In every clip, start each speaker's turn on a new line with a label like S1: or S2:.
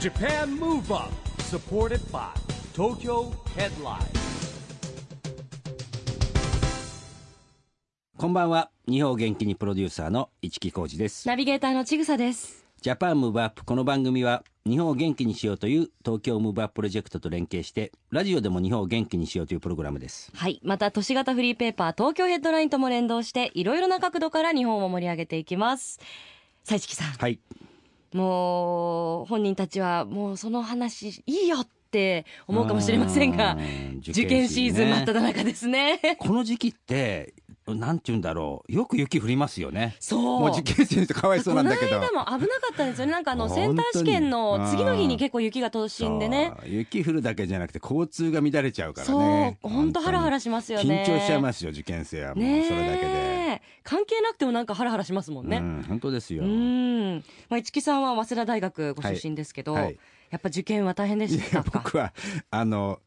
S1: JAPAN MOVE UP SUPPORTED BY TOKYO HEADLINE
S2: こんばんは日本を元気にプロデューサーの市木浩司です
S3: ナビゲーターのちぐさです。
S2: ジャパンムーブアップこの番組は日本を元気にしようという東京ムーブアッププロジェクトと連携してラジオでも日本を元気にしようというプログラムです
S3: はい。また、都市型フリーペーパー、東京ヘッドラインとも連動して、いろいろな角度から日本を盛り上げていきます。さいちきさん、
S2: はい
S3: もう、本人たちは、もうその話、いいよって思うかもしれませんが
S2: う、ーん
S3: 受験シーズン真っ
S2: ね
S3: 只中ですね。
S2: この時期ってなんて言うんだろうよく雪降りますよね
S3: そう。
S2: もう受験生ってかわいそうなんだけど
S3: この間も危なかったんですよね。なんかあの、セン
S2: 本
S3: タ
S2: 当
S3: ー
S2: に
S3: 試験の次の日に結構雪が都心でね。
S2: そう雪降るだけじゃなくて交通が乱れちゃうから
S3: そう
S2: ね、
S3: 本当ハラハラしますよね。
S2: 緊張しちゃいますすよ受験生はも
S3: ね
S2: う
S3: え
S2: それだけで、
S3: 関係なくてもなんかハラハラしますもんね。
S2: うん本当ですよ
S3: うん。まあ、市木さんは早稲田大学ご出身ですけど、
S2: はいはい
S3: やっぱ受験は大変で
S2: い
S3: した
S2: や
S3: か。
S2: 僕はあの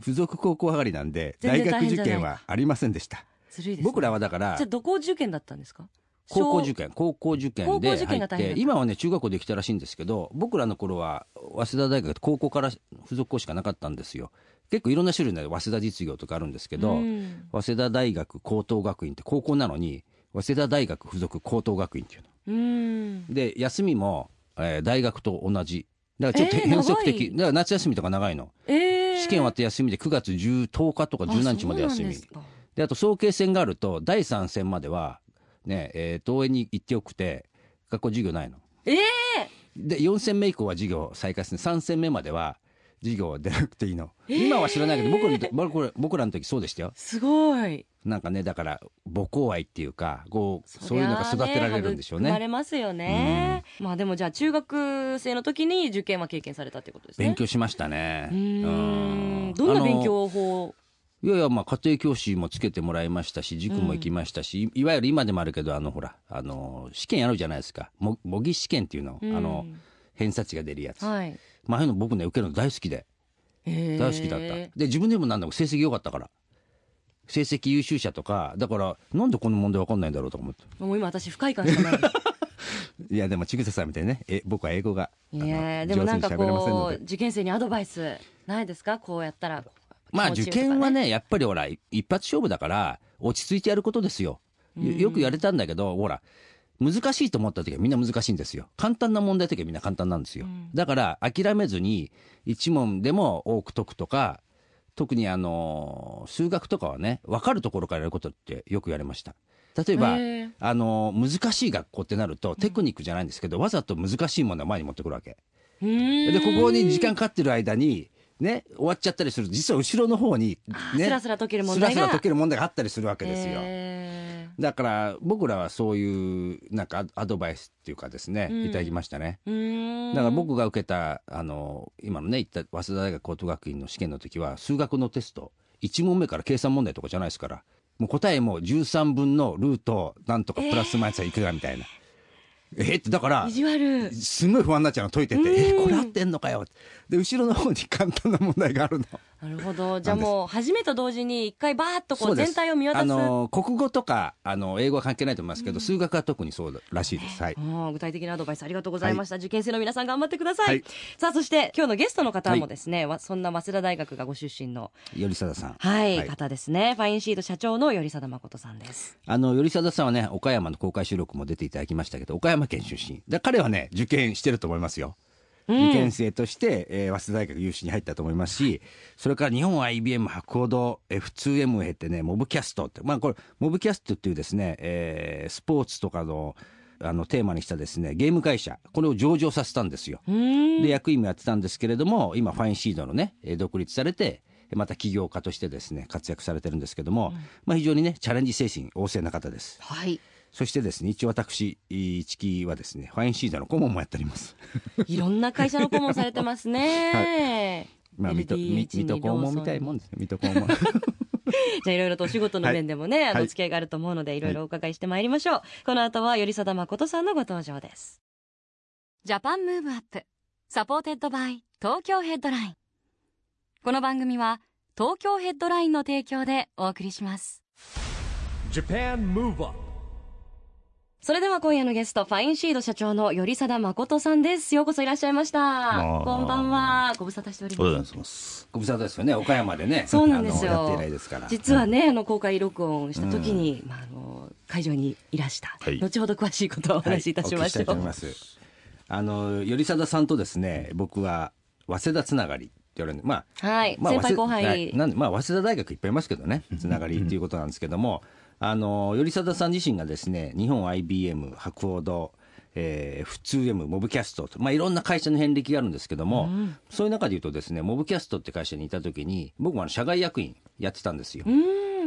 S2: 付属高校上がりなんで
S3: 全
S2: 大
S3: 然大
S2: 学
S3: 変じ
S2: 受
S3: ゃない
S2: 験はありませんでした
S3: ずるいです、ね。
S2: 僕らはだから
S3: じゃあどこ受験だったんですか。
S2: 高校受
S3: 験。
S2: 験高校受
S3: 高
S2: 験
S3: 校
S2: で
S3: 受験
S2: 入
S3: が
S2: っ
S3: 大変だ
S2: て
S3: った
S2: 今はね中学校できたらしいんですけど僕らの頃は早稲田大学って高校から付属校しかなかったんですよ結構いろんな種類の早稲田実業とかあるんですけど、
S3: うん
S2: 早稲田大学高等学院って高校なのに早稲田大学附属高等学院っていうの
S3: うん。
S2: で休みも、えー大学と同じだからちょっと
S3: えー
S2: 変則
S3: 長
S2: 的、
S3: い
S2: だから夏休みとか長いの、
S3: ええ
S2: 試験終わって休みで9月10 10日とか10何日まで休み
S3: あそうなんですか
S2: であと早慶戦があると第3戦まではねえー東映に行ってよくて学校授業ないの
S3: ええ
S2: で4戦目以降は授業再開する3戦目までは授業は出なくていいの、今は知らないけど僕らの時僕ら僕らの時そうでしたよ
S3: すごい。
S2: なんかねだから母校愛っていうかこうそ
S3: り
S2: うい
S3: ゃあ
S2: うのが育てられるんでしょうね
S3: 育まれますよね。まあでもじゃあ中学生の時に受験は経験されたってことですね。
S2: 勉。強しましたね
S3: うー。
S2: うん
S3: どんな
S2: あ
S3: 勉
S2: の
S3: 強法。
S2: いやいやまあ家庭教師もつけてもらいましたし塾も行きましたし、いいわゆる今でもあるけどあのほらあの試験やるじゃないですかも模擬試験っていうの、
S3: うん
S2: あの偏差値が出るやつ、
S3: はい。
S2: まあああいうの僕ね受けるの大好きで
S3: 大
S2: 大好きだった、で自分でもなんだか成績良かったから成績優秀者とかだからなんでこの問題わかんないんだろうとか思って
S3: もう今私不快感しかないです。
S2: いやでもちぐささんみたいにねえ僕は英語が
S3: いや
S2: あ
S3: ー
S2: の
S3: でもなんか
S2: 上手に喋れませんの
S3: こ
S2: で
S3: う受験生にアドバイスないですかこうやったら
S2: まあ
S3: 気持
S2: 受
S3: ちいいとか
S2: 験はね、やっぱりほら、一発勝負だから、落ち着いてやることですよ。よよくやれたんだけど、ほら、難しいと思った時はみんな難しいんですよ。簡単な問題の時はみんな簡単なんですよ。だから、諦めずに、一問でも多く解くとか、特にあのー、数学とかはね、分かるところからやることってよく言われました。例えば
S3: へー、
S2: あのー、難しい学校ってなると、テクニックじゃないんですけど、わざと難しいものを前に持ってくるわけ。
S3: うーん
S2: でここに時間かかってる間にね終わっちゃったりすると実は後ろの方に
S3: あー
S2: ね
S3: スラスラ解ける問題が
S2: スラスラ解ける問題があったりするわけですよ、
S3: へ
S2: だから僕らはそういうなんかアドバイスっていうかですね、
S3: ん
S2: いただきましたね
S3: ーうーん
S2: だから僕が受けたあの今のね言った早稲田大学高等学院の試験の時は数学のテスト1問目から計算問題とかじゃないですからもう答えも13分のルートなんとかプラスマイナスはいくらみたいなえーってだから
S3: 意地悪
S2: すごい不安になっちゃうの解いてて「えこれ合ってんのかよ」で後ろの方に簡単な問題があ るの
S3: なるほどじゃあもう初めと同時に一回バーッとこう全体を見渡
S2: あ
S3: す
S2: の国語とかあの英語は関係ないと思いますけど、数学は特にそうらしいですはい
S3: ああ具体的なアドバイスありがとうございました、受験生の皆さん頑張ってください、
S2: はい
S3: さあそして今日のゲストの方もですね、わそんな早稲田大学がご出身の
S2: 頼貞さん
S3: はい、
S2: はい
S3: 方ですねファインシート社長の頼貞誠さんです
S2: あの頼貞さんはね岡山の公開収録も出ていただきましたけど岡山県出身で彼はね受験してると思いますよ受験生として、えー早稲田大学有志に入ったと思いますしそれから日本 IBM 博報堂 F2M を経てねモブキャストってまあこれモブキャストっていうですね、えースポーツとかのあのテーマにしたですねゲーム会社これを上場させたんですよ。で役員もやってたんですけれども今ファインシードのねえー独立されてまた起業家としてですね活躍されてるんですけども、まあ、非常にねチャレンジ精神旺盛な方です
S3: はい
S2: そしてですね一応私一木はですねファインシードの顧問もやっており ます
S3: いろんな会社の顧問されてますね。
S2: まあ、水戸、み
S3: LDH
S2: 水戸黄門みたいなもんですね。水戸黄 門。
S3: じゃあいろいろとお仕事の面でもね、
S2: い
S3: あ
S2: は
S3: の
S2: い
S3: 付き合いがあると思うので、いろいろお伺いしてまいりましょう。この後は、よりさだまことさんのご登場です。ジャパンムーブアップ、サポーテッドバイ、東京ヘッドライン。この番組は、東京ヘッドラインの提供でお送りします。
S1: JAPAN MOVE UP
S3: それでは今夜のゲスト、ファインシード社長の頼貞誠さんです。ようこそいらっしゃいました。
S4: あー
S3: こんばんは。ご無沙汰しており
S4: おはようご
S3: ます。
S4: ざいます。
S2: ご無沙汰ですよね岡山でね
S3: そうなんですよ
S2: あのやって以来ですから
S3: 実はね、あの公開録音をした時に、まあ、あの会場にいらした、
S4: はい
S3: 後ほど詳しいことをお話しいたしましょう。
S2: はいお聞きたいと思いますあの頼貞さんとですね僕は早稲田つながりって言われるんでまあ
S3: はい
S2: まあ
S3: 先輩後輩
S2: 早稲はいなんでまあ早稲田大学いっぱいいますけ どねつながりっていうことなんですけどもあの頼貞さん自身がですね日本 IBM 博報堂えー、普通 M モブキャストと、まあ、いろんな会社の遍歴があるんですけども、そういう中で言うとですねモブキャストって会社にいた時に僕もあの社外役員やってたんですよ。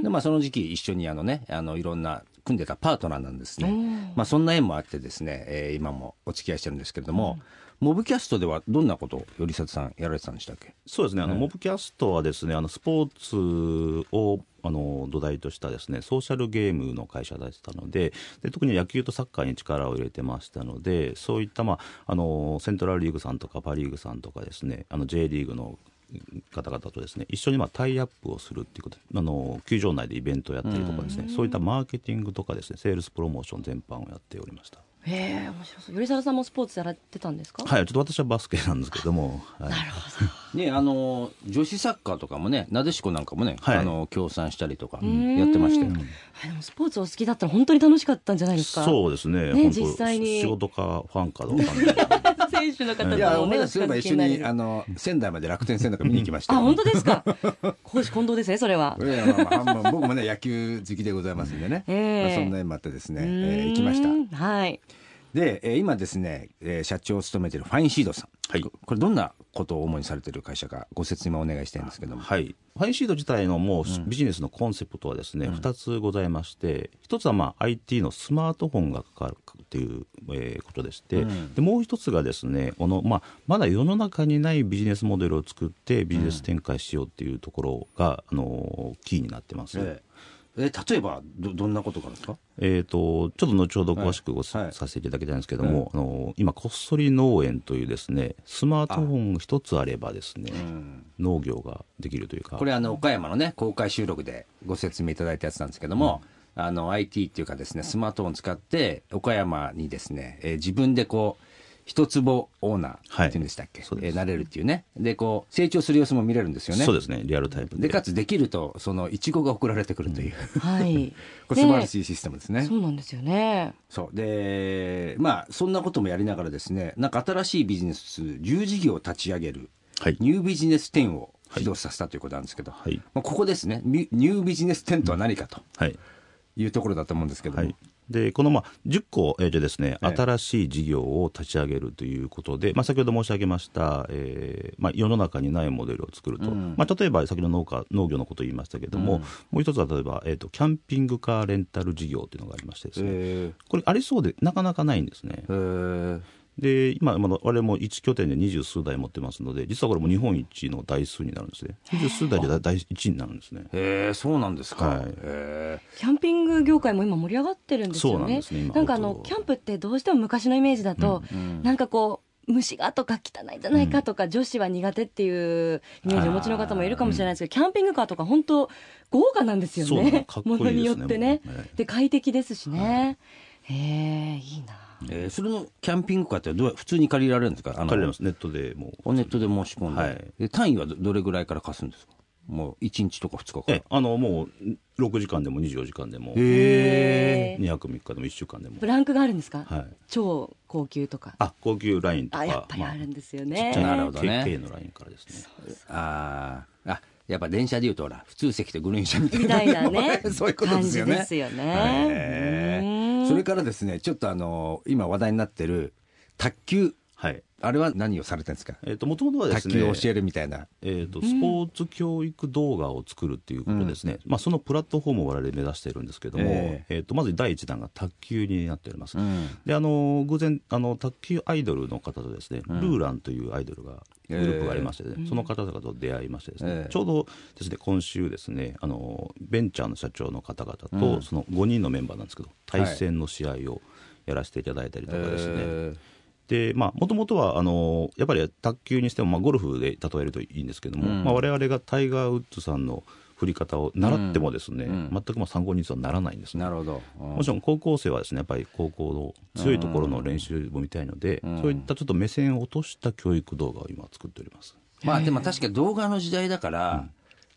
S2: でまあ、その時期一緒にあの、ね、あのいろんな組んでたパートナーなんですね、まあ、そんな縁もあってですね、えー今もお付き合いしてるんですけれども、モブキャストではどんなことを頼里さんやられてたんでしたっけ
S4: そうですね、あの、モブキャストはですね、あの、スポーツを、あの、土台としたですね、ソーシャルゲームの会社でしたので、で特に野球とサッカーに力を入れてましたので、そういった、まあ、あの、セントラルリーグさんとかパリーグさんとかですね、あの、J リーグの方々とですね、一緒にまあタイアップをするっていうこと、あの、球場内でイベントをやったりとかですね、そういったマーケティングとかですね、セールスプロモーション全般をやっておりました。
S3: へえ面白そう。頼貞さんもスポーツやられてたんですか。
S4: はい、ちょっと私はバスケなんですけども、はい、
S3: なるほど。
S2: ねあの女子サッカーとかもねなでしこなんかもね、
S4: はい
S2: あの協賛したりとかやってましたよ。
S3: はい、でもスポーツお好きだったら本当に楽しかったんじゃないですか。
S4: そうですね
S3: ね
S4: 本当
S3: 実際に
S4: 仕事かファンかどうかみたいな
S3: 選手の方
S2: い
S3: と
S2: や
S3: はお
S2: 思
S3: 目
S2: い
S3: が
S2: 出す
S3: 近
S2: れば
S3: づ
S2: 一
S3: き
S2: 緒
S3: にな
S2: に
S3: る。
S2: あの仙台まで楽天戦なんか見に行きました
S3: あ
S2: よ
S3: 本当で すか。講師近藤ですねそれは。
S2: いやまあまあまあ僕もね野球好きでございますんでね、
S3: ええ
S2: まあ、そんな縁もあってですね、え
S3: うー
S2: ー
S3: ん
S2: 行きました。
S3: はい。
S2: で、えー今ですね、えー社長を務めてるファインシードさん、
S4: はい
S2: ここれどんなことを主にされてる会社かご説明をお願いしたいんですけども、
S4: はいファインシード自体のもうビジネスのコンセプトはですね、2つございまして1つはまあ IT のスマートフォンがかかるっていう、えーことでして、でもう1つがですねこの、まあ、まだ世の中にないビジネスモデルを作ってビジネス展開しようっていうところが、あのーキーになってます、
S2: えええ例えばどどんなことからですか
S4: えー、とちょっと後ほど詳しくご、
S2: はいはい
S4: させていただきたいんですけども、あの今、こっそり農園というですねスマートフォン一つあればですね、農業ができるというか、
S2: これあの岡山のね公開収録でご説明いただいたやつなんですけども、あの IT っていうかですねスマートフォン使って岡山にですね、えー自分でこう一坪オーナーっていうんでしたっけ、
S4: はいそう
S2: え
S4: です
S2: ーなれるっていうねでこう成長する様子も見れるんですよね
S4: そうですね、リアルタイムで。
S2: でかつできるとそのいちごが送られてくるという、
S3: はい。
S2: これ素晴ら
S3: い。
S2: しいシステムですね
S3: そうなんですよね。
S2: そうでまあそんなこともやりながらですねなんか新しいビジネス10事業を立ち上げる、
S4: はい
S2: ニュービジネス10を起動させたということなんですけど、
S4: はい
S2: まあ、ここですねニュニュービジネス10とは何かと
S4: はい
S2: いうところだと思うんですけども、
S4: はい、でこのまあ10個、えーとですね、
S2: ええ
S4: 新しい事業を立ち上げるということで、まあ、先ほど申し上げました、えーまあ、世の中にないモデルを作ると、まあ、例えば先ほど農家農業のことを言いましたけれども、もう一つは例えば、えー、とキャンピングカーレンタル事業というのがありましてですね、
S2: え
S4: これありそうでなかなかないんですね
S2: ーえー
S4: で今まだ我々も1拠点で二十数台持ってますので実はこれも日本一の台数になるんですね二十数台でだ台一になるんですね
S2: えーそうなんですか、
S4: はい
S2: え
S3: キャンピング業界も今盛り上がってるんですよね。
S4: そうなんですね今
S3: なんかあの
S4: 本当
S3: キャンプってどうしても昔のイメージだと、なんかこう虫がとか汚いんじゃないかとか、女子は苦手っていうイメージをお持ちの方もいるかもしれないですけど、キャンピングカーとか本当豪華なんですよ
S4: そうなの
S3: ね。
S4: かっこいい
S3: ものによってね
S4: ですねもうはい。
S3: で快適ですしね。へえいいな。
S2: ーえーそれのキャンピングカーってどう普通に借りられるんですかあの
S4: 彼らのネットでもう
S2: ネットで申し込んで,、
S4: はい
S2: で単位はどどれぐらいから貸すんですかもう1日とか2日から
S4: ええあのもう6時間でも24時間でも2
S3: へえ。
S4: 泊3日でも1週間でも
S3: ブランクがあるんですか。
S4: はい
S3: 超高級とか。
S4: あ高級ラインとか
S3: あやっぱりあるんですよね。
S2: ちっちゃなるほどね
S4: KK のラインからですね
S2: あーあやっぱ電車でいうとほら普通席とグリーン車みたい
S3: み
S2: な
S3: たいなね
S2: もう そういうことですよね
S3: 感じですよね
S2: へー
S3: うん
S2: それからですねちょっとあの今話題になってる卓球
S4: はい
S2: あれは何をされてるんですか
S4: えっ、ともともとはです
S2: 卓
S4: ね
S2: 球を教えるみたいな
S4: えー、とスポーツ教育動画を作るっていうことですね、まあ、そのプラットフォームを我々目指しているんですけども、
S2: え
S4: えーとまず第一弾が卓球になっております、であの偶然あの卓球アイドルの方とですね、ルーランというアイドルがグループがありまして、ねその方々と出会いましてですね、
S2: ええ
S4: ちょうどですね今週ですねあのベンチャーの社長の方々と、その5人のメンバーなんですけど対戦の試合をやらせていただいたりとかですね、
S2: えー
S4: でまあもともとはあのやっぱり卓球にしても、まあ、ゴルフで例えるといいんですけども、まあ、我々がタイガー・ウッズさんの振り方を習ってもですね、
S2: うん
S4: 全くまあ参考に実はならないんですね
S2: なるほど、うん
S4: もちろん高校生はですねやっぱり高校の強いところの練習も見たいので、
S2: うん
S4: そういったちょっと目線を落とした教育動画を今作っております。
S2: まあでも確かに動画の時代だから、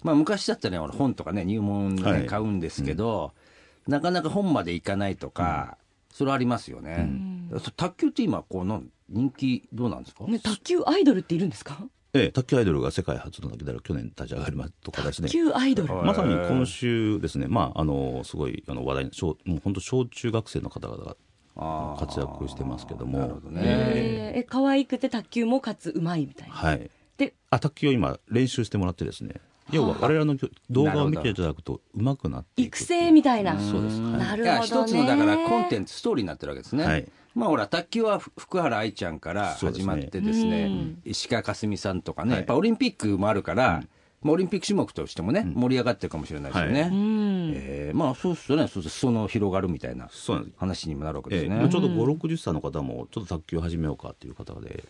S2: まあ昔だったらね、俺本とかね、入門でね、
S4: はい
S2: 買うんですけど、なかなか本まで行かないとか、それありますよね。そ卓球って今、こうなん、人気どうなんですか、
S3: ね卓球アイドルっているんですか
S4: ええ、卓球アイドルが世界初のだけだ去年立ち上がりまとかですね
S3: 卓。球アイドル
S2: は
S4: まさに今週ですね、まあ、あのすごいあの話題の小もう本当小中学生の方々が
S2: あー
S4: 活躍してますけども
S2: なるほどね。
S4: え
S3: えーえ可愛くて卓球もかつうまいみたいな
S4: はい、
S3: で
S4: あ卓球を今練習してもらってですね要は我々の動画を見ていただくと上手くなっていく
S3: 育成みたいな
S4: そうですはい
S3: なる
S2: いや
S3: ほどね
S2: 一つのだからコンテンツストーリーになってるわけですね、
S4: はい
S2: まあほら卓球はふ福原愛ちゃんから
S4: そうで
S2: 始
S4: すね
S2: まってですね
S3: うん
S2: 石川佳純さんとかね、
S4: はい
S2: やっぱオリンピックもあるから、まあ、オリンピック種目としてもね、盛り上がってるかもしれないですよね、
S4: は
S3: うん
S2: えーまあそうするとねそうすると裾の広がるみたいな
S4: そうなんです
S2: 話にもなるわけで
S4: え
S2: す
S4: え
S2: ね、
S4: もうちょうど5、60歳の方も、ちょっと卓球始めようかっていう方で、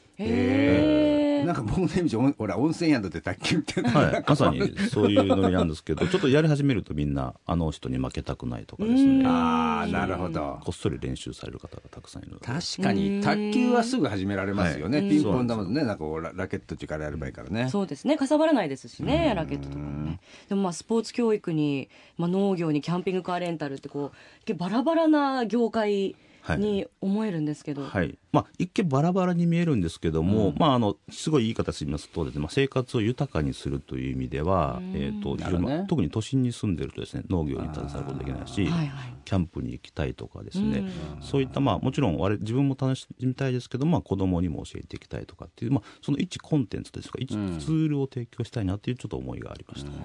S3: へ
S2: な
S3: ー
S2: んか僕のイメージおんほら温泉宿で卓球みたいな、
S4: は い、まさにそういうノリなんですけど、ちょっとやり始めるとみんな、あの人に負けたくないとかですね、
S2: ああなるほど
S4: こっそり練習される方がたくさんいるので、
S2: 確かに卓球はすぐ始められますよね、
S4: はい
S2: ピンポン玉のねなんかこうララケットっていうからやればいいからね
S3: そうですねかさばらないですしねラケットとかもねでもまあスポーツ教育に、まあ、農業にキャンピングカーレンタルってこう結構バラバラな業界に思えるんですけど、
S4: はいまあ、一見バラバラに見えるんですけども、まあ、あのすごいいい形で見ますとですね、まあ、生活を豊かにするという意味では、えーと
S2: なるほどね
S4: 非常に特に都心に住んでるとですね農業に携わることできないし、
S3: はいはい
S4: キャンプに行きたいとかですね、そういった、まあ、もちろん我々自分も楽しみたいですけど、まあ、子供にも教えていきたいとかっていう、まあ、その一コンテンツですとか一ツールを提供したいなっていうちょっと思いがありました、
S2: ね、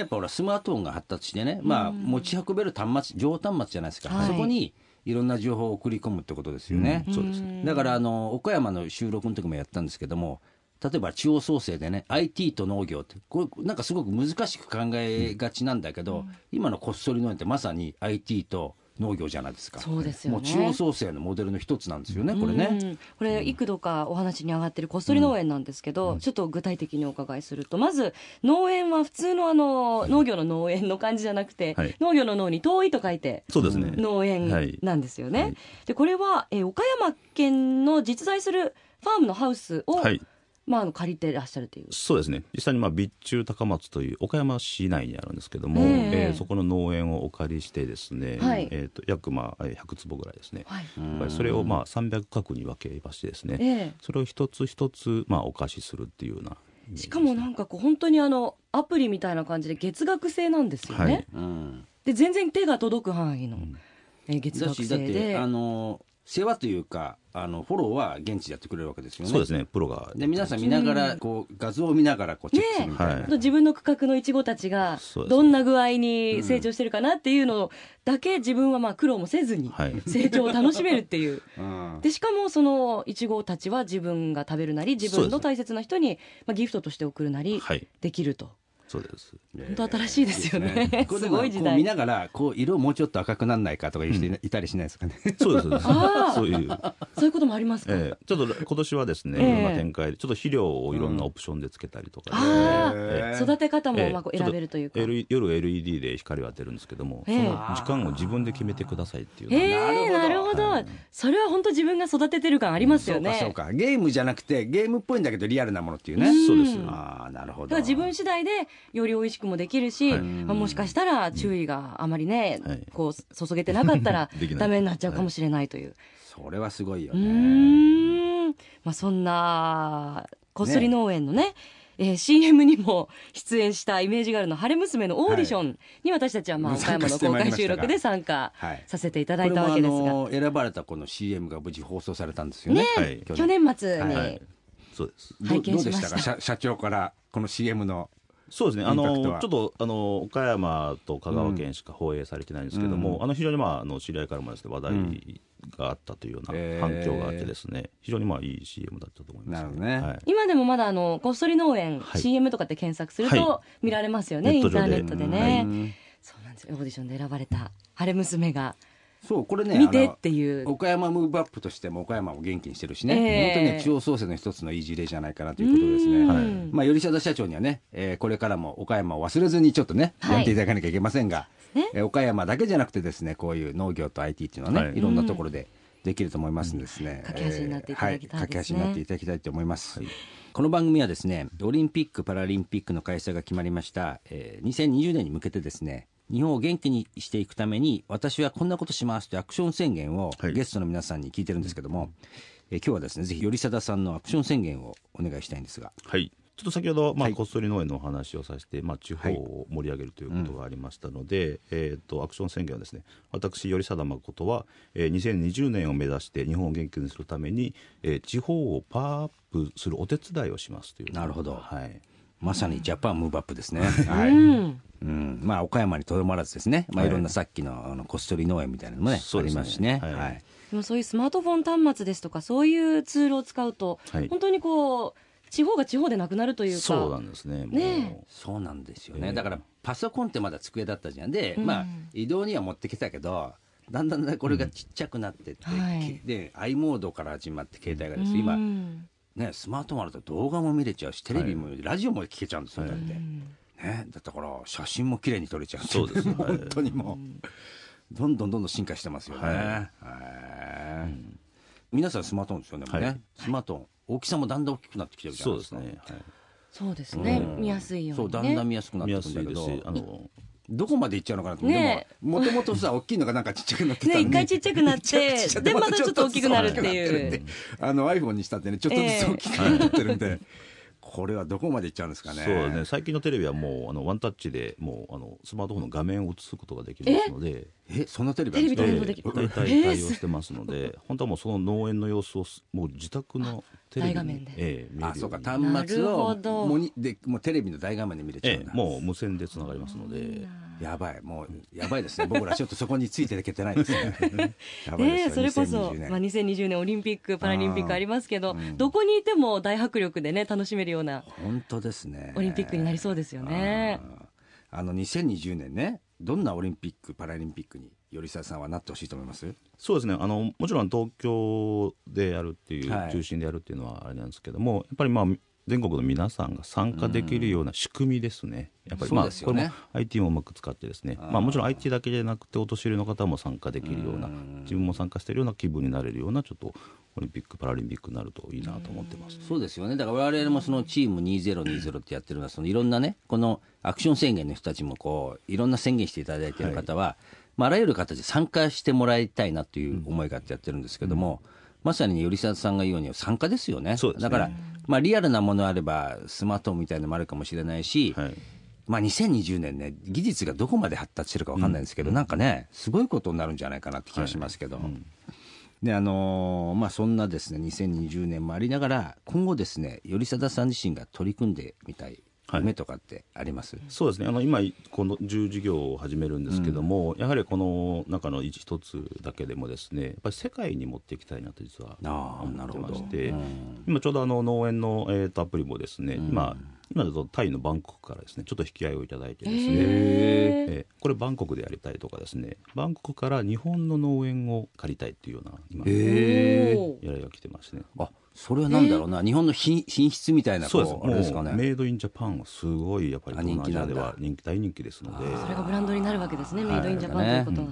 S2: やっぱほらスマートフォンが発達してね、まあ、持ち運べる端末情報端末じゃないですか、
S3: はい
S2: そこにいろんな情報を送り込むってことですよね、
S4: うんそうです
S2: だからあの岡山の収録の時もやったんですけども例えば地方創生でね IT と農業ってこれなんかすごく難しく考えがちなんだけど、今のこっそり農園ってまさに IT と農業じゃないですか
S3: そうですよね
S2: もう地方創生のモデルの一つなんですよねこれね、
S3: うんこれ幾度かお話に上がってるこっそり農園なんですけど、ちょっと具体的にお伺いするとまず農園は普通のあの農業の農園の感じじゃなくて、
S4: はい
S3: 農業の農に遠いと書いて
S4: そうですね、
S3: 農園なんですよね。
S4: はい
S3: でこれは、えー岡山県の実在するファームのハウスを、
S4: はい
S3: まあ、あの借りてらっしゃるという。
S4: そうですね実際に、まあ、備中高松という岡山市内にあるんですけども、
S3: え
S4: え
S3: え
S4: ーそこの農園をお借りしてですね、
S3: はい
S4: えー、と約、まあ、えー100坪ぐらいですね、
S3: はい
S4: それを、まあ、300角に分けましてですね、
S3: ええ
S4: それを一つ一つ、まあ、お貸しするっていうようなイメージですね
S3: しかもなんかこう本当にあのアプリみたいな感じで月額制なんですよね。
S4: はい
S2: うん
S3: で全然手が届く範囲の、えー月
S2: だ
S3: 額
S2: しだっ
S3: 制
S2: て
S3: で。
S2: あの世話というかあのフォローは現地でやってくれるわけですよね
S4: そうですねプロが
S2: で皆さん見ながら、こう画像を見ながらこうチェックするみたいな、
S4: ねえはい
S3: 自分の区画のいちごたちが
S4: そうですね
S3: どんな具合に成長してるかなっていうのだけ自分はまあ苦労もせずに
S4: はい
S3: 成長を楽しめるっていう、
S2: うん
S3: でしかもそのいちごたちは自分が食べるなり自
S4: そう
S3: 分
S4: です
S3: の
S4: ね
S3: 大切な人に、まあ、ギフトとして贈るなり
S4: はい
S3: できると、
S4: そうです
S3: 本当新しいですよね
S2: ねこれ
S3: す
S2: でも
S3: ごい時
S2: こう見
S3: 代
S2: ながらこう色もうちょっと赤くなんないかとかいう人いないたりしないですかね、
S4: そうですそうです
S3: あー
S4: そういう
S3: そういうこともありますか、
S4: ええちょっと今年はですね、
S3: ええ
S4: いろんな展開でちょっと肥料をいろんなオプションでつけたりとかですね、
S3: あ
S2: え
S3: あ
S2: え
S3: 育て方
S4: え
S3: も
S4: え
S3: まあこう選べるというか、
S4: ちょっ L- 夜 LED で光を当てるんですけども、
S3: ええ
S4: その時間を自分で決めてくださいっていうのが
S3: ええな
S2: な
S3: る
S2: る
S3: ほ
S2: ほ
S3: ど、それは本当自分が育ててる感あります
S2: そ
S3: よ
S2: うか
S3: ね
S2: そうかゲームじゃなくてゲームっぽいんだけどリアルなものっていうね、
S4: そうです
S2: ああなるほ
S3: だか
S2: ど
S3: ら自分次第でより美味しくもできるし、
S4: はい
S3: まあ、もしかしたら注意があまりね、
S4: はい
S3: こう注げてなかったら
S4: できない
S3: ダメになっちゃうかもしれないという。
S2: それはすごいよ
S3: うー
S2: ね
S3: んまあ、そんなこっそり農園のねえー CM にも出演したイメージガールの晴れ娘のオーディションに私たちはまあ
S2: はい
S3: 岡山の公開収録で参加
S2: はい
S3: させていた
S2: こ
S3: だい
S2: れ
S3: た
S2: も
S3: わ
S2: あ
S3: けですが、
S2: の選ばれたこの CM が無事放送されたんですよね
S4: えはい
S3: 去年末に、
S2: はい
S4: そうです
S2: ど
S3: 拝見
S2: どうで
S3: し
S2: し
S3: ま
S2: た
S3: した
S2: か社社長からこの CM の
S4: そうですね、
S2: イ
S4: あ
S2: ンパクトは
S4: のちょっとあの岡山と香川県しか放映されてないんですけども、あの非常に、まあ、あの知り合いからもです、ね、話題があったというよう
S2: ええ
S4: な反響があってですね、非常に、まあ、いい CM だったと思いま
S2: な
S4: す、
S2: るほどね
S4: はい
S3: 今でもまだあのこっそり農園、
S4: はい
S3: CM とかって検索すると
S4: は
S3: 見られますよね、
S4: ネ
S3: イ
S4: ッ
S3: ン
S4: ト
S3: ター
S4: 上
S3: ネ
S4: で
S3: ットでね、そうなんですよオーディションで選ばれた晴れ娘が
S2: そうこれね
S5: 見て
S2: あの
S5: っていう
S2: 岡山ムーブアップとしても岡山を元気にしてるしね、
S5: ええ
S2: 本当にね地方創生の一つのいい事例じゃないかなということですね。
S5: うん
S2: はいまあ、よりし社長にはね、えーこれからも岡山を忘れずにちょっとね、
S3: はい
S2: やっていただかなきゃいけませんが、
S3: そうです
S2: えー岡山だけじゃなくてですねこういう農業と IT っていうのはね、
S4: はい
S2: い、ろんなところでできると思いますんでですね、
S5: うん架け橋になっていただきたいですね
S2: えーはい架け橋になっていただきたいと思います、この番組はですねオリンピック・パラリンピックの開催が決まりました、えー2020年に向けてですね日本を元気にしていくために私はこんなことしますというアクション宣言を
S4: はい
S2: ゲストの皆さんに聞いてるんですけども、えー今日はですねぜひ頼貞さんのアクション宣言をお願いしたいんですが
S4: はい、ちょっと先ほど、ま
S2: は
S4: あ、
S2: い
S4: こっそり農園のお話をさせて、まあ、地方を盛り上げるということがありましたので、えー、とアクション宣言はですね私頼貞誠は、えー、2020年を目指して日本を元気にするために、えー地方をパワーアップするお手伝いをしますという
S2: なるほど
S4: はい、
S2: まさにジャパンムーブアップですね。はい。うん、まあ岡山にとどまらずですね、まあ、
S4: はい
S2: いろんなさっきのあのこっそり農園みたいなのもね、
S4: そう
S2: あ
S4: で
S2: り
S4: すね
S2: ますしね、は
S4: はいい
S3: でもそういうスマートフォン端末ですとかそういうツールを使うと、
S4: はい
S3: 本当にこう地方が地方でなくなるというか
S4: そうなんですねもう
S3: ね
S2: そうなんですよね、
S4: ええ
S2: だからパソコンってまだ机だったじゃんで、
S3: うん
S2: まあ、移動には持ってきたけど、だんだんだんこれがちっちゃくなってって、
S3: うんはい
S2: で i モードから始まって携帯が
S3: う
S2: です、
S3: ん
S2: 今、ね、スマートフォンあると動画も見れちゃうし、テレビも、ラジオも聞けちゃうんですよ、だって。ね、だから写真も綺麗に撮れちゃう
S4: そうです
S2: 本当にもうどんどんどんどん進化してますよね、
S4: はい
S2: はい皆さんスマートフォンですよね、もう
S4: は
S2: ね
S4: い
S2: スマートフォン大きさもだんだん大きくなってきてるじゃな
S4: そ
S2: いうで
S4: ですす
S2: か
S4: ね、
S3: そうですね、
S2: うん
S3: 見やすいよう
S2: そ
S3: に、
S2: う
S3: ね、
S2: だんだん見やすくな
S4: は
S2: っ
S4: い、見
S2: て
S4: や
S2: くんだけ
S4: すいです
S2: ど
S4: しあの
S2: どこまでいっちゃうのかなと思って、
S3: ね
S2: でももともと さ大きいのがなんかちっちゃくなってたの
S3: ね
S2: に
S3: 一回ちっちゃくなって
S2: ちっちゃくな
S3: でまたちょっと大きくなるっ
S2: ち
S3: て
S2: ょっと
S3: い
S2: 大きくなってる
S3: う
S2: ってあの iPhone にしたってねちょっとずつ大きくなってるんで、これはどこまでいっちゃうんですかね
S4: そうですね最近のテレビはもうあのワンタッチでもうあのスマートフォンの画面を映すことができますので
S2: えそんなテレビあるん
S4: え
S2: で
S3: テ
S2: す
S3: レ
S2: か
S3: ビ対応できる
S4: え大体
S3: えー
S4: 対応してますので、本当はもうその農園の様子をすもう自宅のテレ
S3: 大
S4: ビに
S3: 画面で
S4: ええ見えるよ
S2: あそうか
S4: うに
S2: 端末
S3: なるほ
S2: を
S3: ど
S2: モニでもうテレビの大画面で見れちゃう
S4: え
S2: んだ、
S4: えもう無線でつながりますので、
S2: やばいもうやばいですね僕らちょっとそこについていけてないですねやばい
S3: ね
S2: で
S3: え、
S2: す
S3: そ
S2: よ
S3: れこそ
S2: 2020年
S3: まあ、2020年オリンピック・パラリンピックありますけど、
S2: うん
S3: どこにいても大迫力でね楽しめるような
S2: 本当ですね
S3: オリンピックになりそうですよね。
S2: あーあの2020年ねどんなオリンピックパラリンピックに頼沢さんはなってほしいと思います
S4: そうですねあのもちろん東京でやるっていう、
S2: はい
S4: 中心でやるっていうのはあれなんですけどもやっぱりまあ全国の皆さんが参加できるような仕組みですね、やっぱりまあ、
S2: そうです
S4: こ
S2: よ
S4: れ
S2: ね
S4: も IT もうまく使ってですね
S2: あー
S4: まあ、もちろん IT だけじゃなくてお年寄りの方も参加できるような自分も参加してるような気分になれるようなちょっとオリンピック・パラリンピックになるといいなと思ってます。
S2: そうですよねだから我々もそのチーム2020ってやってるのはそのいろんなねこのアクション宣言の人たちもこういろんな宣言していただいている方は、まあ、あらゆる形で参加してもらいたいなという思いがあってやってるんですけども、まさに頼沢さんが言うように参加ですよね
S4: そうですね
S2: だから、まあ、リアルなものあればスマートフォンみたいなのもあるかもしれないし、
S4: はい
S2: まあ、2020年ね技術がどこまで発達してるかわかんないんですけど、なんかねすごいことになるんじゃないかなって気がしますけど。であのーまあ、そんなですね2020年もありながら今後ですね頼貞さん自身が取り組んでみたい
S4: はい
S2: 夢とかってあります、
S4: そうですねあの今この10事業を始めるんですけども、やはりこの中の一一つだけでもですねやっぱり世界に持っていきたいなと実は
S2: ああ
S4: 思
S2: な
S4: っ
S2: る
S4: て
S2: ほ
S4: ま
S2: ど
S4: して、今ちょうどあの農園の、えー、とアプリもですね、今今だとタイのバンコクからですねちょっと引き合いをいただいてですね、
S3: へ
S4: えーこれバンコクでやりたいとかですねバンコクから日本の農園を借りたいっていうような今
S2: へえ
S3: おー
S4: やりが来てましてね
S2: あそれはなんだろうな、日本の品品質みたいな
S4: そうです
S2: こうあれですか
S4: も
S2: ね
S4: うメイドインジャパンはすごいやっぱり
S2: あ
S4: 東南アジ
S2: 人
S4: アで
S2: 気なん
S4: は
S2: だ
S4: 人気大人気ですので
S3: それがブランドになるわけですね、
S2: はい
S3: メイドインジャパンということは。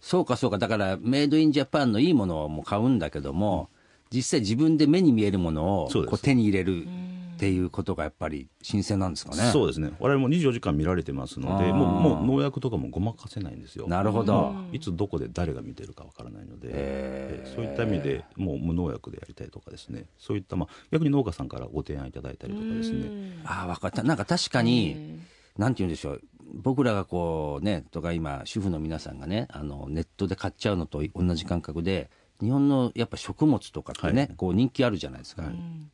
S2: そうかそうかだからメイドインジャパンのいいものをもう買うんだけども実際自分で目に見えるものを
S4: そうです
S2: こう手に入れるっていうことがやっぱり新鮮なんですかね
S4: そうですね我々も24時間見られてますの
S2: あー
S4: でもうもう農薬とかもごまかせないんですよ
S2: なるほど、
S4: いつどこで誰が見てるかわからないので、
S2: へー
S4: えーそういった意味でもう無農薬でやりたいとかですねそういった、まあ、逆に農家さんからご提案いただいたりとかですね
S2: ああ分かったなんか確かになんて言うんでしょう僕らがこうねとか今主婦の皆さんがねあのネットで買っちゃうのと同じ感覚で日本のやっぱ食物とかってね、こう人気あるじゃないですか、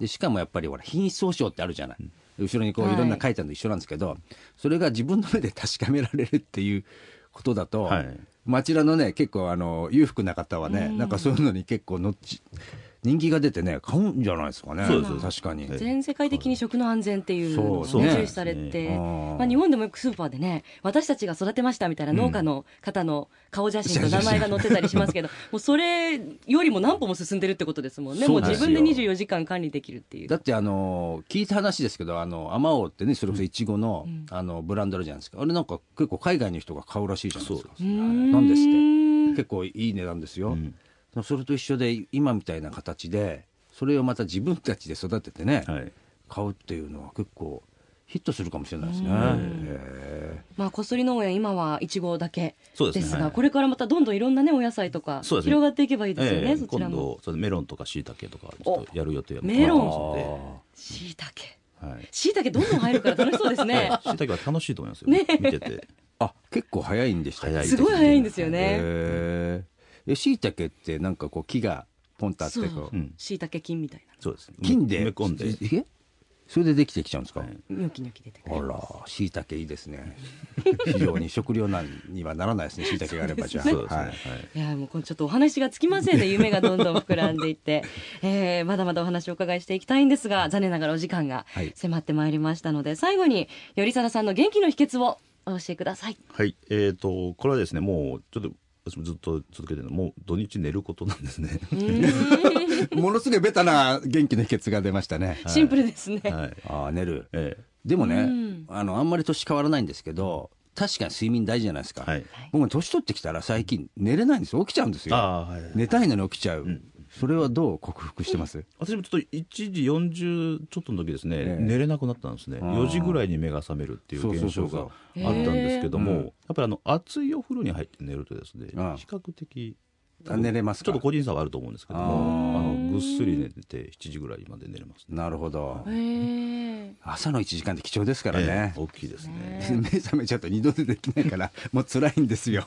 S2: でしかもやっぱりほら品質保証ってあるじゃない、後ろにこういろんな書いてあるのと一緒なんですけど、それが自分の目で 確かめられるっていうことだと、
S4: はい
S2: 町らのね結構あの裕福な方はね、なんかそういうのに結構のっち人気が出てね買うんじゃないですかね
S4: そうです
S2: 確かに
S4: はい
S3: 全世界的に食の安全っていうの
S2: そ
S3: を
S2: うです
S3: ね
S2: ね
S3: 重視されて、
S2: うん
S3: まあ、日本でもよくスーパーでね私たちが育てましたみたいな農家の方の顔写真と名前が載ってたりしますけど、もうそれよりも何歩も進んでるってことですもんね
S2: そ
S3: も
S2: う
S3: う
S2: なんです
S3: 自
S2: よ
S3: 分で24時間管理できるっていう
S2: だってあの聞いた話ですけどあのアマオってねそれこそイチゴの,、
S3: ん
S2: あのブランドあるじゃないですかあれなんか結構海外の人が買うらしいじゃないですか
S4: そう
S3: うーん
S2: なんですって結構いい値段ですよ、
S4: うん
S2: でもそれと一緒で今みたいな形でそれをまた自分たちで育ててね、
S4: はい
S2: 買うっていうのは結構ヒットするかもしれないですね、
S3: うん
S2: へ
S3: まあ、こっそり農園今はいちごだけ
S4: そうで
S3: です
S4: ね
S3: すが
S4: はい
S3: これからまたどんどんいろんなねお野菜とか
S4: そうです
S3: 広
S4: ね
S3: がっていけばいいですよね、
S4: ええ
S3: そちらも
S4: 今度それメロンとか椎茸とかちょっとやる予定も
S3: おメロン
S4: あり
S2: ー
S4: ま
S3: しいたけ
S4: すのではい
S3: しいたけどんどん入るから楽しそうですね、
S4: はい椎茸は楽しいと思いますよ、
S3: ね
S4: 見てて
S2: あ結構早いんでした
S4: 早い
S3: すごい早いんですよ
S2: へ
S3: ね
S2: ええしいたけってなんかこう木がポンとあってこう
S4: うん
S3: しいたけ菌みたいな
S4: そうです
S2: 金で
S4: 埋め込んで
S2: えそれでできてきちゃうんですか、
S4: はい
S3: ニョキニョキ出てくる
S2: あら、しいたけいいですね。非常に食料難にはならない ですね、しいたけがあればじゃあ。
S4: そうですね、
S2: は
S4: はいい
S3: いやもうこれちょっとお話がつきません ね夢がどんどん膨らんでいって、えーまだまだお話をお伺いしていきたいんですが残念ながらお時間が
S2: はい
S3: 迫ってまいりましたので、最後に頼貞さんの元気の秘訣を教えてください
S4: はい、えっ、と、これはですね、もう、ちょっと。私もずっと続けてるのもう土日寝ることなんですね。
S2: ものすごいベタな元気の秘訣が出ましたね。
S3: シンプルですね、
S4: はい、
S2: ああ、寝る。
S4: え
S2: でも
S3: う
S2: ね
S3: ん、
S2: あの、あんまり年変わらないんですけど、確かに睡眠大事じゃないですか。
S4: えはい。
S2: 僕も年取ってきたら最近寝れないんですよ。起きちゃうんですよ。
S4: ああー、はい。
S2: 寝たいのに起きちゃう。
S4: ん
S2: それはどう克服してます
S4: 私もちょっと一時40ちょっとの時ですね、
S2: ええ
S4: 寝れなくなったんですね、
S2: ん
S4: 4時ぐらいに目が覚めるってい
S2: そううそう
S4: 現
S2: そ
S4: 象
S2: うそう
S4: があったんですけども、
S2: へえうん
S4: やっぱりあの熱いお風呂に入って寝るとですね、
S2: ああ
S4: 比較的、
S2: あ寝れます
S4: ちょ
S2: か
S4: っと個人差はあると思うんですけども、あのぐっすり寝て、7時ぐらいまで寝れますね。
S2: なるほど。
S3: へえ
S2: 朝の1時間って貴重ですから
S4: え
S2: ね
S4: え。大きいですね。
S2: 目覚めちゃうと二度でできないから、もう辛いんですよ。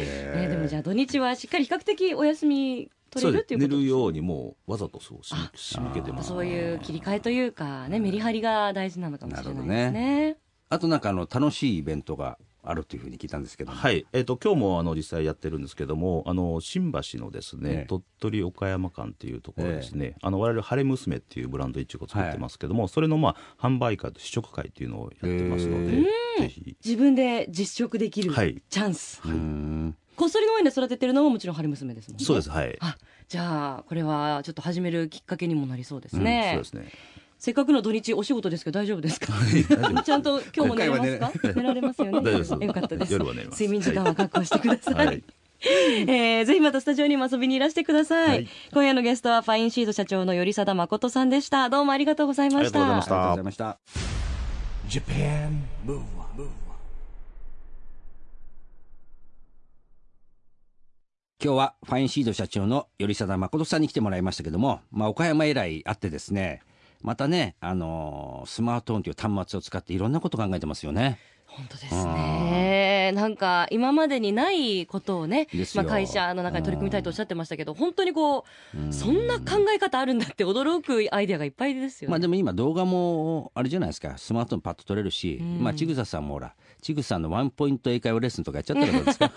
S3: えーでもじゃあ土日はしっかり比較的お休み取れるっていう
S4: そ
S3: こ
S4: うで
S3: と
S4: す寝るようにもうわざとそうし仕向け
S3: やっ
S4: てま
S3: ぱ
S4: す
S3: そういう切り替えというかねメリハリが大事なのかもしれないですね
S2: あとなんかあの楽しいイベントがあるというふうに聞いたんですけども、
S4: はい、えっと今日もあの実際やってるんですけども、あの新橋のですね、
S2: ええ
S4: 鳥取岡山間っていうところですね、あの我々晴れ娘っていうブランドいちご作ってますけども、それのまあ販売会と試食会っていうのをやってますので、ぜひ
S3: 自分で実食できる
S4: はい
S3: チャンス、
S2: うーん
S3: こっそり農園で育ててるのももちろん春娘ですもんね
S4: そうですはい、
S3: あじゃあこれはちょっと始めるきっかけにもなりそうです
S4: うん
S3: ね、
S4: そうですね。
S3: せっかくの土日お仕事ですけど大丈夫ですか ちゃんと今日も寝れますか寝られますよね
S4: 大丈夫です
S3: よかったです
S4: 夜は寝れます
S3: 睡眠時間は確保してください、
S4: はい
S3: えーぜひまたスタジオにも遊びにいらしてください、
S4: はい
S3: 今夜のゲストはファインシード社長の頼貞誠さんでしたどうもありがとうございま
S4: ありがとうございま
S2: あり
S4: し
S2: がとう
S4: た
S2: ございました
S1: Japan Move Up, Move Up.
S2: 今日はファインシード社長の頼貞誠さんに来てもらいましたけども、まあ、岡山以来あってですねまたね、あのースマートフォンという端末を使っていろんなこと考えてますよね。
S3: 本当ですねなんか今までにないことをね
S2: です
S3: ま
S2: よ
S3: あ、会社の中に取り組みたいとおっしゃってましたけど本当にこうそんな考え方あるんだって驚くアイデアがいっぱいですよね、
S2: まあでも今動画もあれじゃないですかスマートフォンパッと撮れるし、
S3: うん
S2: まあちぐささんもほらちぐさのワンポイント英会話レッスンとかやっちゃったらどう ですか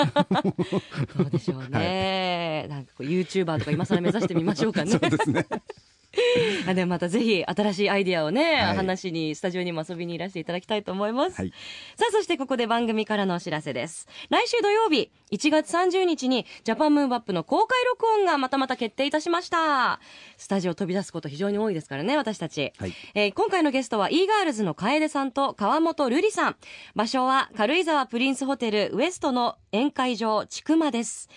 S3: どうでしょうね。なんかこうユーチューバーとか今更目指してみましょう かね。そうですね。 あでもまたぜひ新しいアイディアをね、
S2: はい
S3: 話しにスタジオにも遊びにいらしていただきたいと思います、
S2: はい
S3: さあそしてここで番組からのお知らせです来週土曜日1月30日にジャパンムーブアップの公開録音がまたまた決定いたしましたスタジオ飛び出すこと非常に多いですからね私たち、
S2: はい
S3: えー今回のゲストは e ガールズの楓さんと川本瑠璃さん場所は軽井沢プリンスホテルウエストの宴会場ちくまです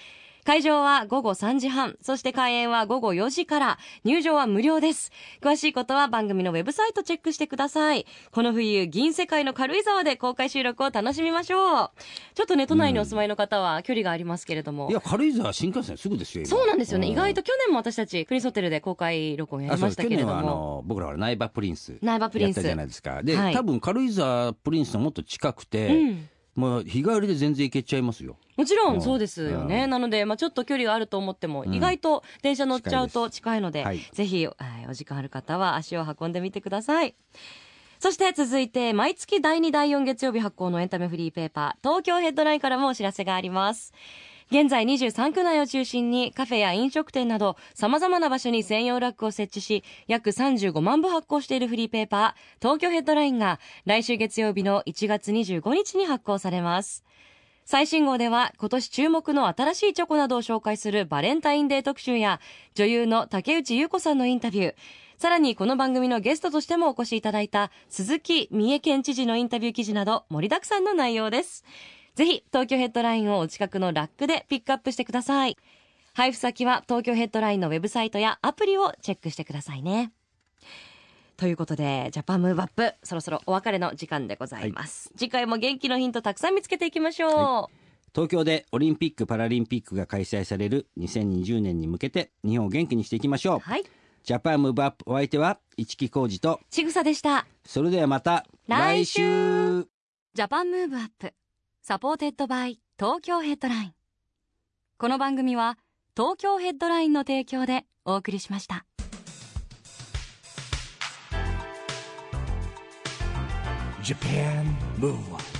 S3: 会場は午後3時半、そして開演は午後4時から、入場は無料です。詳しいことは番組のウェブサイトチェックしてください。この冬、銀世界の軽井沢で公開収録を楽しみましょう。ちょっとね、都内にお住まいの方は距離がありますけれども。
S2: いや軽井沢新幹線すぐですよ今
S3: そうなんですよね。
S2: うん
S3: 意外と去年も私たち、プリンスホテルで公開録音や
S2: あ
S3: り
S2: そう
S3: ま
S2: で
S3: し
S2: す
S3: たけ
S2: 去
S3: れど
S2: 年はあ
S3: も。
S2: の僕らは苗場プリンス
S3: 苗場プリンス
S2: やったじゃないですかで、
S3: はい
S2: 多分軽井沢プリンスのもっと近くて、
S3: うん
S2: もう日帰りで全然行けちゃいますよ
S3: もちろんそうですよね。
S2: う
S3: なので、まあちょっと距離があると思っても、
S2: ん
S3: 意外と電車乗っちゃうと近いので、
S2: 近いですはい
S3: ぜひ、はいお時間ある方は足を運んでみてください。そして続いて、毎月第2、第4月曜日発行のエンタメフリーペーパー、東京ヘッドラインからもお知らせがあります。現在23区内を中心にカフェや飲食店など様々な場所に専用ラックを設置し、約35万部発行しているフリーペーパー、東京ヘッドラインが来週月曜日の1月25日に発行されます。最新号では今年注目の新しいチョコなどを紹介するバレンタインデー特集や女優の竹内優子さんのインタビュー、さらにこの番組のゲストとしてもお越しいただいた鈴木三重県知事のインタビュー記事など盛りだくさんの内容です。ぜひ東京ヘッドラインをお近くのラックでピックアップしてください。配布先は東京ヘッドラインのウェブサイトやアプリをチェックしてくださいね。ということで、ジャパンムーブアップ、そろそろお別れの時間でございます。次回も元気のヒントたくさん見つけていきましょう。
S2: 東京でオリンピック・パラリンピックが開催される2020年に向けて日本を元気にしていきましょう、
S3: はい。
S2: ジャパンムーブアップお相手は市木浩二と
S3: ちぐさでした。
S2: それではまた
S3: 来週
S2: 来週
S3: ジャパンムーブアップ、サポーテッドバイ東京ヘッドライン。この番組は東京ヘッドラインの提供でお送りしました。
S1: Japan Move Up